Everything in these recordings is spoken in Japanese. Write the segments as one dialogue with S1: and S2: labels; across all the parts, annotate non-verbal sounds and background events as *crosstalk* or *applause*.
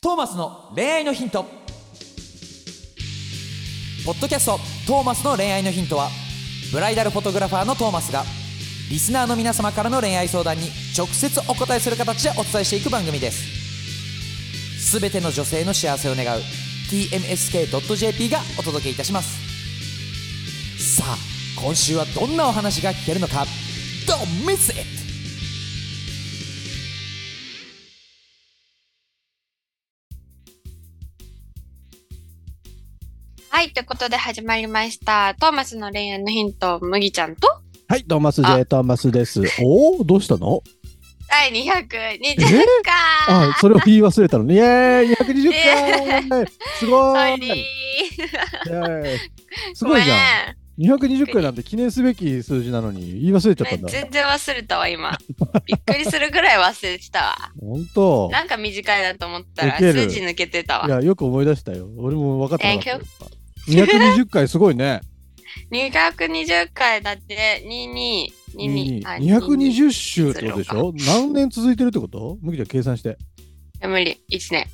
S1: トーマスの恋愛のヒントポッドキャスト「トーマスの恋愛のヒントは」ブライダルフォトグラファーのトーマスがリスナーの皆様からの恋愛相談に直接お答えする形でお伝えしていく番組ですすべての女性の幸せを願う TMSK.jp がお届けいたしますさあ今週はどんなお話が聞けるのか Don't miss it!
S2: はい、ということで始まりました。トーマスの恋愛のヒント、麦ちゃんと
S3: はい、トーマス
S2: あ
S3: J トーマスです。おお、どうしたの？
S2: 第220回。
S3: *laughs* あ、それを言い忘れたのね。イエーイ、二百二十
S2: え
S3: 回。すご
S2: ソ
S3: ー
S2: リ
S3: い。
S2: ー
S3: イエーイすごいじゃん。二百二十回なんて記念すべき数字なのに言い忘れちゃ
S2: ご
S3: っ
S2: め
S3: たん
S2: ん
S3: だ。
S2: 全然忘れたわ、今。びっくりするぐらい忘れてた
S3: *laughs*
S2: わ。
S3: 本当。
S2: なんか短いなと思ったら、
S3: いける
S2: 数字抜けてた
S3: い
S2: わ。
S3: や、よく思い出したよ。俺も分かってなかった
S2: 勉
S3: よ。二百二十回すごいね。
S2: 220回だって、22、22、あ
S3: 二百二。十週ってことでしょ？何年続いてるってこと？麦ちゃん計算して。
S2: 22無理、1年。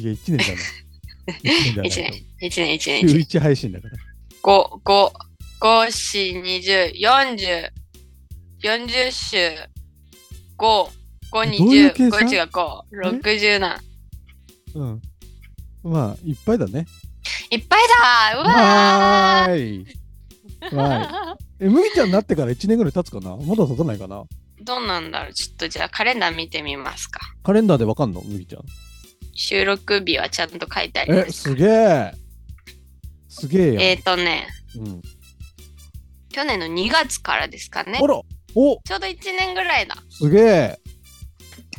S3: いや、一年だな。一
S2: 1
S3: 年だな
S2: 年。1年、1
S3: 週
S2: 年。
S3: 一配信だから。
S2: 5、5、5、四20、40、40週、5、5、
S3: どういう
S2: 20、
S3: 計算
S2: 5、違う、5、67。
S3: うん。まあいっぱいだね。
S2: いっぱいだう
S3: わ
S2: わ
S3: ーい。わーい。
S2: ー
S3: え、麦ちゃんになってから1年ぐらい経つかなまだ経たないかな
S2: どうなんだろうちょっとじゃあカレンダー見てみますか。
S3: カレンダーでわかんの麦ちゃん。
S2: 収録日はちゃんと書いてありま
S3: え、
S2: す。
S3: すげえ。すげえや
S2: えっ、ー、とね、
S3: うん。
S2: 去年の2月からですかね
S3: あ。らお
S2: ちょうど1年ぐらいだ。
S3: すげ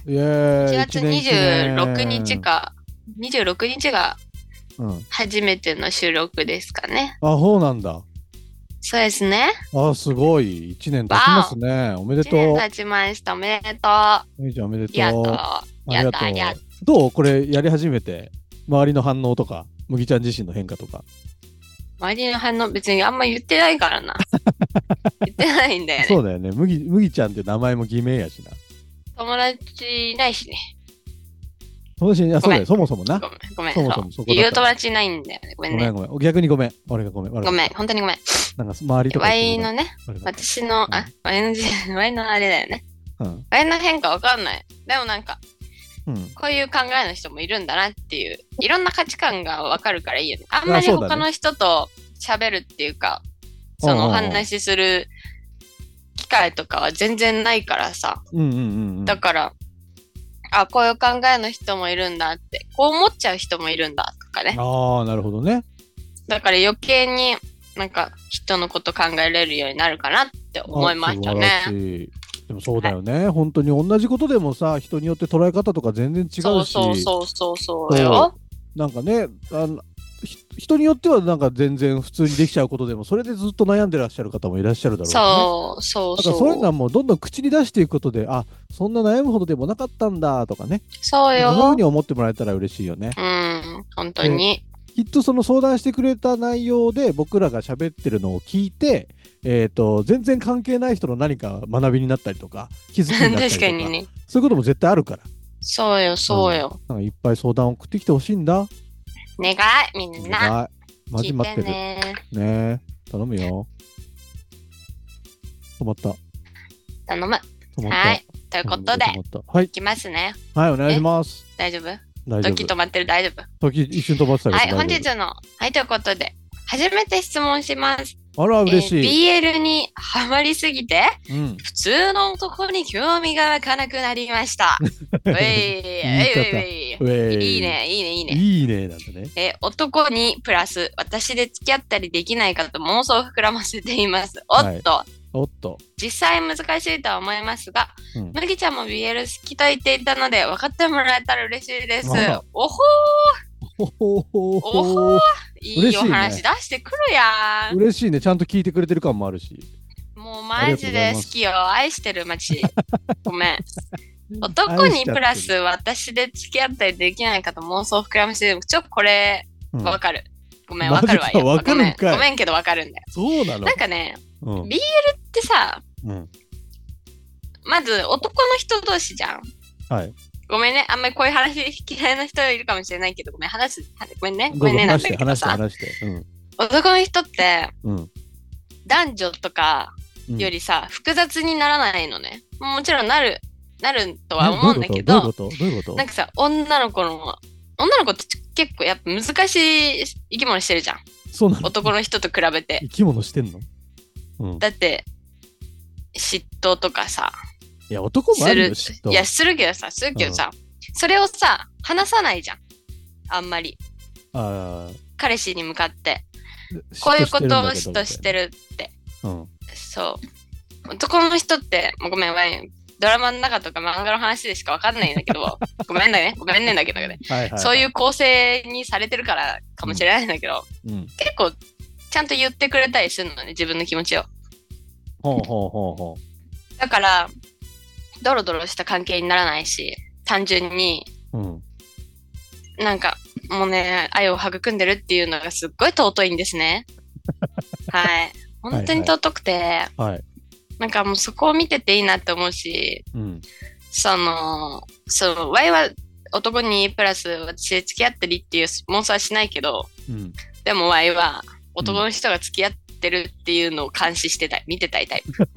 S3: えいや
S2: 4
S3: 1
S2: 月26日。か、26日が
S3: うん。
S2: 初めての収録ですかね。
S3: あ、そうなんだ。
S2: そうですね。
S3: あ、すごい。1年経ちますね。おめで
S2: 1年
S3: と
S2: 経ちました。おめでとう。
S3: う。麦ちゃんおめでとう。
S2: やっと
S3: あ。
S2: や
S3: り
S2: っ
S3: が
S2: たやっ
S3: と
S2: た
S3: う。どうこれやり始めて。周りの反応とか、麦ちゃん自身の変化とか。
S2: 周りの反応別にあんま言ってないから
S3: *laughs*
S2: な。言ってないんだよね。
S3: そうだよね。麦、麦ちゃんって名前も偽名やしな。
S2: 友達いないしね。
S3: 友達に、あ、そうだよ。そもそもな。
S2: ごめん、ごめん。
S3: そもそもそこだった
S2: 言う友達いないんだよね。ごめん
S3: ごめ
S2: ね
S3: ん。ごめん。逆にごめん。俺がごめん。悪か
S2: ご
S3: った
S2: めん、本当にごめん。
S3: なんか周りとか
S2: ワ
S3: 言
S2: イ
S3: って
S2: の
S3: ご
S2: ね、
S3: めん。悪かった
S2: 私の、あ、ワイの字、 *laughs* ワイのあれだよね。
S3: うん。
S2: ワイの変化わかんない。でもなんか、
S3: うん。
S2: こういう考えの人もいるんだなっていう、いろんな価値観がわかるからいいよね。あんまり
S3: そうだね
S2: 他の人と喋るっていうか、そのお
S3: うんうんうん
S2: 話しする機会とかは全然ないからさ。
S3: うんうんうんうん。
S2: だから、あ、こういう考えの人もいるんだって、こう思っちゃう人もいるんだとかね。
S3: ああ、なるほどね。
S2: だから余計になんか人のこと考えれるようになるかなって思いました
S3: あ素
S2: ね。
S3: 晴らしいでもそうだよね。本当に同じことでもさ、人によって捉え方とか全然違うし、
S2: そうそうそうそうそうよ
S3: そ。なんかね、あのひ人によってはなんか全然普通にできちゃうことでも、それでずっと悩んでらっしゃる方もいらっしゃるだろうね。
S2: そうそう
S3: だから
S2: そ
S3: そういうのは
S2: う。
S3: もうどんどん口に出していくことで、あ、そんな悩むほどでもなかったんだとかね、
S2: そう
S3: そんなふう
S2: よ
S3: に。思ってもらえたら嬉しいよね。
S2: うん、本当に。
S3: きっとその相談してくれた内容で僕らが喋ってるのを聞いて、えー、と全然関係ない人の何か学びになったりとか気づきになったりとか
S2: *laughs* 確かにね。
S3: そういうことも絶対あるから
S2: そうよそうよ。
S3: なんかいっぱい相談を送ってきてほしいんだ
S2: 願いみんな。
S3: はいマ
S2: 聞
S3: ジ
S2: い
S3: 待っててるね
S2: ね。
S3: え頼むよ止まった止
S2: 頼む。
S3: まった
S2: はい。ということで、
S3: 止
S2: い
S3: まったはい
S2: きますね。
S3: はいお願いします
S2: 大丈夫
S3: 大丈
S2: 時
S3: 夫
S2: 止まってる大丈夫。
S3: 時一瞬飛ばしたけど
S2: はい、
S3: 大丈夫
S2: 本日の。はい、ということで、初めて質問します。
S3: あら嬉しい、
S2: えー BL にハマりすぎて、
S3: うん
S2: 普通の男に興味が湧かなくなりま
S3: *laughs*
S2: した。うい、うい、う
S3: ウェ
S2: い、
S3: イ
S2: いいね、いいね、いいね。
S3: いいねなんだね
S2: えー男にプラス私で付き合ったりできないかと妄想を膨らませています。おっと、
S3: おっと
S2: 実際難しいとは思いますが、
S3: うん
S2: 麦ちゃんも BL 好きと言っていたので分かってもらえたら嬉しいです
S3: あら。
S2: おほ
S3: おほほ
S2: ーおほーいいお話
S3: 嬉しい
S2: 出してくるやん。
S3: *laughs* 嬉しいねちゃんと聞いてくれてる感もあるし
S2: もうマジで好きよ。愛してる
S3: *laughs*
S2: 街。ごめん。男
S3: 愛しちゃ
S2: に
S3: ってる
S2: プラス私で付き合ったりできないかと妄想膨らましてちょっとこれ
S3: うん
S2: わかる、ごめんわ
S3: マジ
S2: か
S3: か
S2: るわよ
S3: わかるん
S2: ご
S3: かい
S2: めんごめんけどわかるんだよ
S3: そうなの
S2: なんかね
S3: うん
S2: ってさ
S3: うん
S2: まず男の人同士じゃん
S3: はい
S2: ごめんね。あんまりこういう話嫌いな人いるかもしれないけど、ごめん、話す。はごめんね。
S3: ど
S2: ご
S3: う
S2: めん
S3: ぞ
S2: ね。なん
S3: 話し
S2: だけ
S3: て話
S2: ど
S3: して
S2: さ、
S3: 話して。うん
S2: 男の人って
S3: うん
S2: 男女とか
S3: うん
S2: よりさ、複雑にならないのね。もちろんなる、なるとは
S3: な
S2: 思うんだけ
S3: どういうこ
S2: ど、
S3: とどういうことどういうこと
S2: なんかさ、女の子の、女の子って結構やっぱ難しい生き物してるじゃん。
S3: そうなの
S2: 男の人と比べて。
S3: 生き物してんのうん。
S2: だって、嫉妬とかさ、
S3: いや、男もあ
S2: す
S3: る
S2: る
S3: よ、嫉妬。
S2: いやするけどさするけどさ、それをさ話さないじゃんあんまり
S3: あー
S2: 彼氏に向かって
S3: 嫉
S2: こ
S3: 妬
S2: ういうことを
S3: し
S2: 嫉妬
S3: てるんだけど
S2: してるって
S3: うん。
S2: そう男の人ってもうごめんごめんドラマの中とか漫画の話でしかわかんないんだけ
S3: *laughs*
S2: どごめんねごめんねだけどね、
S3: はいはい。
S2: そういう構成にされてるからかもしれないんだけど、
S3: うん。
S2: 結構ちゃんと言ってくれたりするのね自分の気持ちを
S3: ほうほうほうほ
S2: だからドロドロした関係にならないし単純に
S3: う。うん。
S2: なんかもうね愛を育んでるっていうのがすっごい尊いんです
S3: *laughs*
S2: ね。はい本当に尊くて、
S3: はい。
S2: なんかもうそこを見てていいなって思うし
S3: うん。
S2: そのそうワイは男にプラス私で付き合ってるっていう妄想はしないけど
S3: うん。
S2: でもワイは男の人が付き合ってるっていうのを監視してたい見てたいタイプ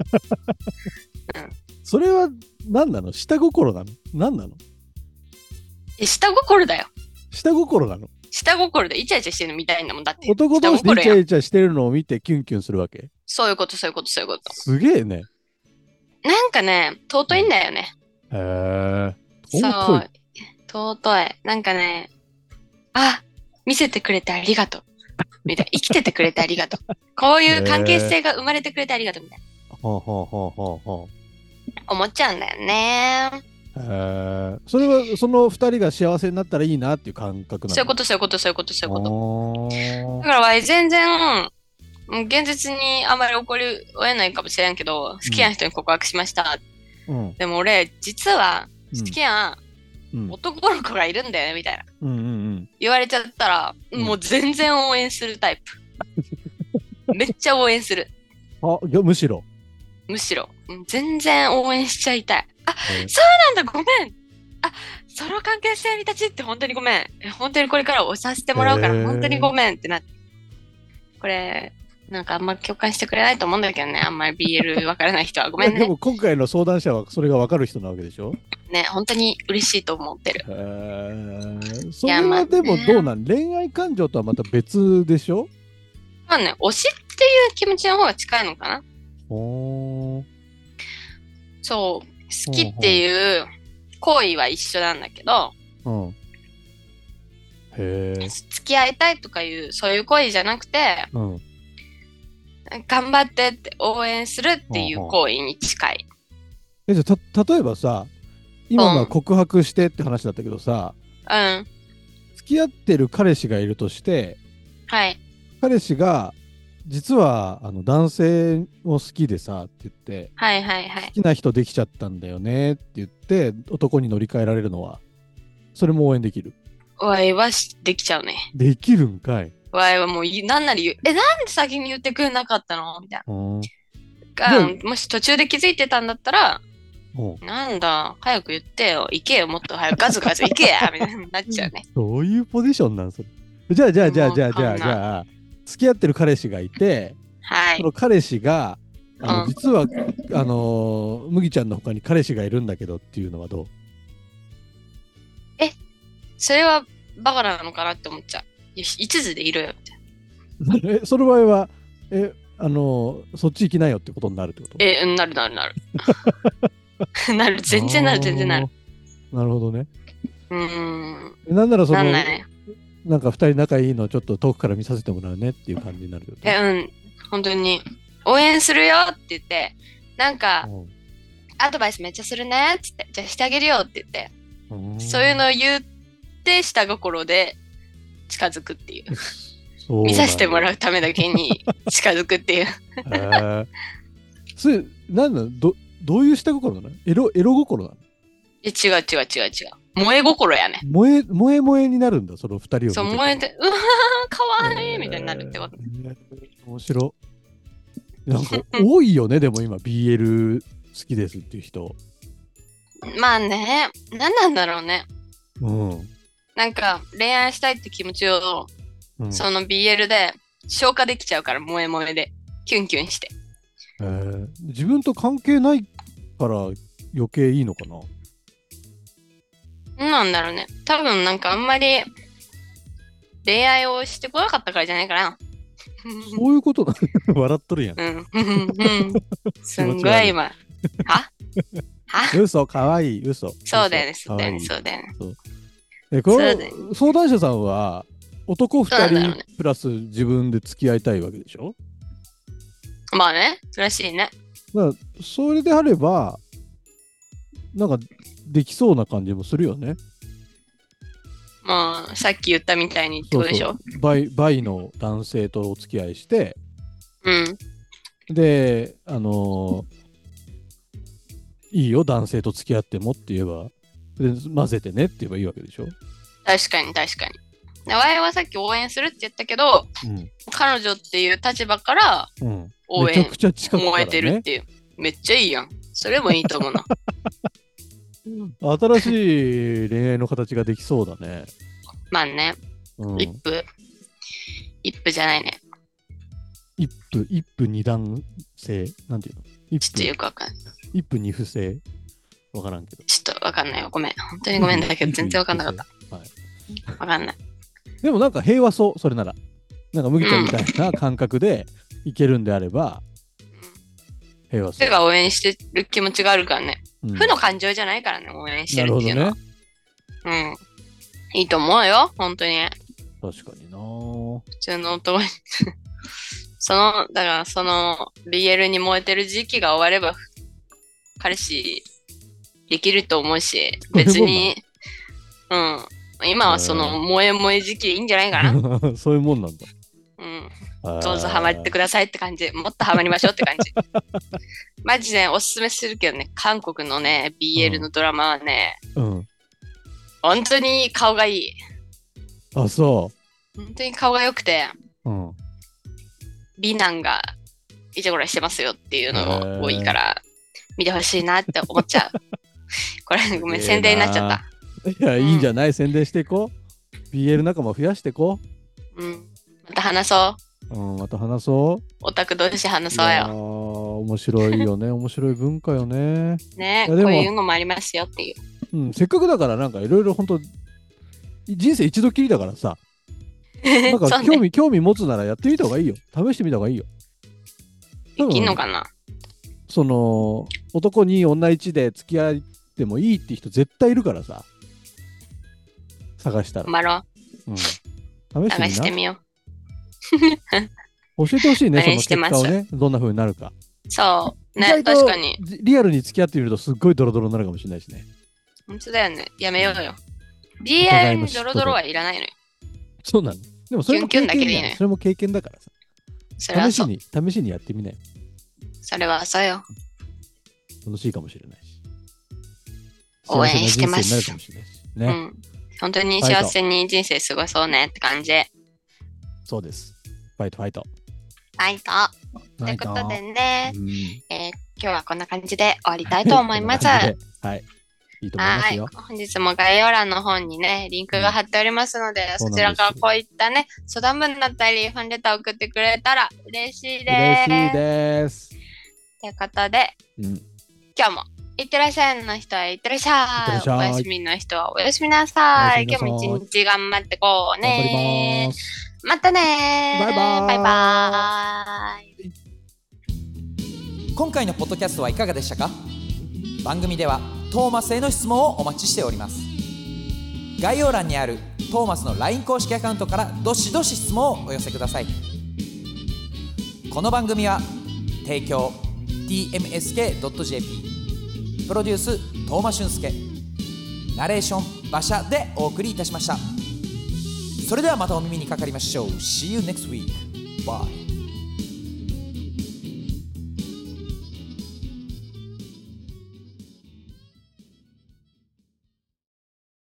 S3: それは何なの下心なの何なの
S2: え下心だよ
S3: 下心なの
S2: 下心でイチャイチャしてるの見たいんだもんだって
S3: 男同士でイ
S2: 下心
S3: チャ
S2: やん
S3: イチャしてるのを見てキュンキュンするわけ
S2: そういうことそういうことそういうこと
S3: すげえね。
S2: なんかね尊いんだよね
S3: へえ。
S2: そ
S3: 尊
S2: う。尊い。なんかね、あ見せてくれてありがとう。みたいな。生きててくれてありがとう。こういう関係性が生まれてくれてありがとう。みたい
S3: い。ほうほうほうほうほう。
S2: な。思っちゃうんだよね。
S3: へえ。それはその二人が幸せになったらいいなっていう感覚なの
S2: そういうこと、そういうこと、そういうこと、そういうこと。
S3: と。
S2: だから、わい全然、うん現実にあまり起こり得ないかもしれんけど、好きな人に告白しました。
S3: うん。
S2: でも俺、実は
S3: うん
S2: 好きな
S3: うん
S2: 男の子がいるんだよね、みたいな。
S3: うんうんうん。
S2: 言われちゃったら、
S3: うん
S2: もう全然応援するタ
S3: *laughs*
S2: イプ。めっちゃ応援する。
S3: あ、いや、むしろ。
S2: むしろうん全然応援しちゃいたいなんだごめんあその関係性に立ちって本当にごめんえ本当にこれから押させてもらうか
S3: へ
S2: ら
S3: ー
S2: 本当にごめんってなってこれなんかあんま共感してくれないと思うんだけどねあんまり BL わからない人はごめん
S3: *laughs* いやで
S2: ね
S3: も今回の相談者はそれがわかる人なわけでしょ
S2: ね本当に嬉しいと思ってる
S3: へーそ
S2: い
S3: れ
S2: やま
S3: は
S2: あ
S3: でもどうなん恋愛感情とはまた別でしょ
S2: まあね推しっていう気持ちの方が近いのかな
S3: ほー
S2: そう好きっていう行為は一緒なんだけど
S3: うん。へえ。
S2: 付き合いたいとかいうそういう行為じゃなくて
S3: うん。
S2: 頑張ってって応援するっていう行為に近い。
S3: え、じゃあた、例えばさ、今のは告白してって話だったけどさ、
S2: うん。
S3: 付き合ってる彼氏がいるとして、
S2: はい。
S3: 彼氏が、実はあの男性を好きでさって言って、
S2: はいはいは
S3: 好
S2: い。
S3: きな人できちゃったんだよねって言って、男に乗り換えられるのは、それも応援できる。
S2: わいはしできちゃうね。
S3: できるんか
S2: *laughs*
S3: い。
S2: わいはもういなんなり言う。え、なんで先に言ってくれなかったのみたい
S3: うん。
S2: な。
S3: う
S2: がもし途中で気づいてたんだったら、
S3: うん
S2: なんだ、早く言ってよ。行けよ、もっと早く。ガツガツ行け *laughs* やみたいになっちゃうね。
S3: どういうポジションなんそれじゃあじゃあじゃあじゃあ
S2: わ
S3: じ
S2: かんな
S3: ゃあ
S2: い
S3: じゃあ付き合ってる彼氏がいて、
S2: は
S3: そ
S2: い。
S3: の彼氏があの、
S2: うん
S3: 実はあのー麦ちゃんの他に彼氏がいるんだけどっていうのはどう
S2: それはバカなのかなって思っちゃう。よし、一途でいろよ。みたいな
S3: え *laughs* その場合はえあのーそっち行きなよってことになるってこと
S2: え、うんなるなる *laughs* なる。なる、全然なる、全然なる。
S3: あーなるほどね
S2: うーん。
S3: なんならそ
S2: な
S3: の
S2: ん
S3: な
S2: ないね。
S3: んか二人仲いいのちょっと遠くから見させてもらうねっていう感じになるってこと
S2: え、うん、本当に。応援するよって言って、なんか、アドバイスめっちゃするねっつって、じゃあしてあげるよって言って、
S3: うん
S2: そういうのを言って、下心で近づくっていう。
S3: そう
S2: 見させても
S3: う
S2: らうためだけに
S3: *laughs*
S2: 近づくっていう。
S3: へーそれなんなのどどういう下心なのエロエロ心なの
S2: え違う違う違う違う。萌え心やね。
S3: 萌え萌え萌えになるんだその二人を見て
S2: そう、萌えて、うわー、かわいいみたいになるってこと。
S3: えー面白なんか多いよねでも今 BL 好きですっていう人
S2: まあね、何なんだろうね。
S3: うん。
S2: なんか恋愛したいって気持ちを、
S3: うん
S2: その BL で消化できちゃうから、萌え萌えで。キュンキュンして。
S3: えー自分と関係ないから余計いいのかな。
S2: 何なんだろうね。多分なんかあんまり恋愛をしてこなかったからじゃないかな。
S3: そういうことだ。笑っとるやん。
S2: うん、
S3: *laughs*
S2: うん、うん。すんごい今。はは
S3: 嘘、かわいい、嘘。
S2: そうだよね、
S3: 嘘
S2: そうだよね、
S3: 可
S2: そうだよね。
S3: 愛いえこ
S2: そう
S3: れ
S2: だよね。
S3: 相談者さんは男
S2: そうなんだ
S3: 2
S2: ろうね
S3: 人プラス自分で付き合いたいわけでしょ
S2: まあね、らしいね。
S3: だからそれであればなんかできそうな感じもするよね。
S2: まあ、さっき言ったみたいにってことでしょ。う
S3: バイバイの男性とお付き合いして
S2: ん。
S3: であのーいいよ男性と付き合ってもって言えばで混ぜてねって言えばいいわけでしょ。
S2: 確かに、確かに。でワイはさっき応援するって言ったけど、彼女っていう立場から
S3: うんうん、
S2: 応
S3: めちゃ
S2: 援
S3: くちゃ近くか
S2: 燃
S3: ら、
S2: えてるっ
S3: ね、
S2: ていう。めっちゃいいやん。それもいいと思う
S3: *laughs*
S2: な。
S3: 新しい恋愛の形ができそうだね。
S2: まあね、
S3: うん、
S2: 一夫。一夫じゃないね。
S3: 一夫一夫二段性なんていうの
S2: ちょ
S3: 一
S2: っと
S3: 夫
S2: よくわかんない。
S3: 一夫二夫制わからんけど。。
S2: ちょっとわかんないよ。ごめん。本当にごめんだけど、全然わかんなかった
S3: はい、
S2: た。わかんない。
S3: でもなんか平和そう、それなら。なんか麦ちゃんみたいな感覚でいけるんであれば、平和そ
S2: 手
S3: う。
S2: が応援してる気持ちがあるからね。
S3: うん
S2: 負の感情じゃないからね、応援して
S3: な
S2: る
S3: る
S2: っ
S3: ほ
S2: てい
S3: ど
S2: うの
S3: ね
S2: は。。うん。いいと思うよ、本当に。
S3: 確かにな。
S2: 普通の男に。 *laughs* その、だからその BL に燃えてる時期が終われば、彼氏できると思うし、別に、うん。今はその萌え萌え時期でいいんじゃないか
S3: *laughs*
S2: な。
S3: そういうもんなんだ。
S2: うん。
S3: あー
S2: どうぞハマってくださいって感じ。もっとハマりましょうって感
S3: *laughs*
S2: じ。マジでおすすめするけどね、韓国のね、BL のドラマはね、
S3: うん。
S2: 本当に顔がいい。
S3: あ、そ
S2: 本当に顔が良くて、
S3: う。うん。
S2: 美男がイチャコラしてますよっていうのも多いから、見てほしいなって思っ
S3: *laughs*
S2: ちゃう。これ、ごめん、
S3: すげえ
S2: 宣
S3: な
S2: 伝になっちゃった。
S3: いや、い
S2: うん
S3: いんじゃない宣伝していこう。BL 仲間増やしていこ
S2: うん。また話そう。
S3: う。うん、また話そう。
S2: オタク同士話そう
S3: いやー
S2: よ。
S3: 面白いよね。面白い文化よね。
S2: ね
S3: い
S2: こ
S3: や
S2: う
S3: でも
S2: いうのもありますよっていう。
S3: うん、せっかくだからなんかいろいろ本当人生一度きりだからさ、なん
S2: *laughs* そう
S3: か興
S2: ね
S3: 味、。興味持つならやってみた方がいいよ。試してみた方がいいよ。
S2: できんのかな
S3: その男に女一で付き合ってもいいって人絶対いるからさ、探したら。
S2: 頑張ろ
S3: うん、試
S2: う。
S3: して
S2: 探
S3: み
S2: し
S3: な
S2: て。みよ
S3: 教えてほしいね、その
S2: 探して
S3: 結
S2: ます
S3: 果をね、どんな風になるか。
S2: う。そう。
S3: 意
S2: ね、
S3: 外と
S2: 確かに。
S3: じリアルに付き合ってみるとすっごいドロドロになるかもしれないしね。
S2: 本当だよね。やめようよ。
S3: お互い
S2: DIY
S3: の
S2: に
S3: 嫉
S2: ド
S3: 妬で
S2: ロドロはいらないのよ。
S3: そうなの。でもそれも
S2: キュ
S3: 経
S2: ンキュンだけ
S3: 験だ
S2: でいいのよ
S3: それも経験だからさ。
S2: それは
S3: 試し
S2: そう。
S3: に、試しにやってみなよ。
S2: それはそうよ。
S3: 楽しいかもしれないし。
S2: 応援してます
S3: 幸せな人生になるかもしれないし。ね
S2: う。ん。本当に幸せに人生過ごそうねって感じ。
S3: そうです。ファイトファイト。
S2: はい、と。ということでね、
S3: うん、
S2: えー今日はこんな感じで終わりたいと思います。
S3: こんな感
S2: は
S3: じではい。いいと思います
S2: い
S3: よ。。
S2: 本日も概要欄の方にね、リンクが貼っておりますので、
S3: そう
S2: そ
S3: なん
S2: ちら
S3: です
S2: からこういったね、相談文だったり、ファンレター送ってくれたら嬉しいで
S3: 嬉
S2: す。
S3: しいです。
S2: ということで、
S3: うん、
S2: 今日も、いってらっしゃいの人はいってらっしゃい。
S3: いってらっしゃい
S2: お休みの人はおやすみなさい。
S3: おや
S2: 今日
S3: すみな
S2: も
S3: さい
S2: 一日頑張ってこう
S3: 頑張り
S2: ね
S3: ま。す。
S2: またね
S3: バイバイ
S2: バイバイ。
S1: 今回のポッドキャストはいかがでしたか番組ではトーマスへの質問をお待ちしております概要欄にあるトーマスの LINE 公式アカウントからどしどし質問をお寄せくださいこの番組は提供 tmsk.jp プロデューストーマ俊介ナレーション馬車でお送りいたしましたそれではまたお耳にかかりましょう See you next week Bye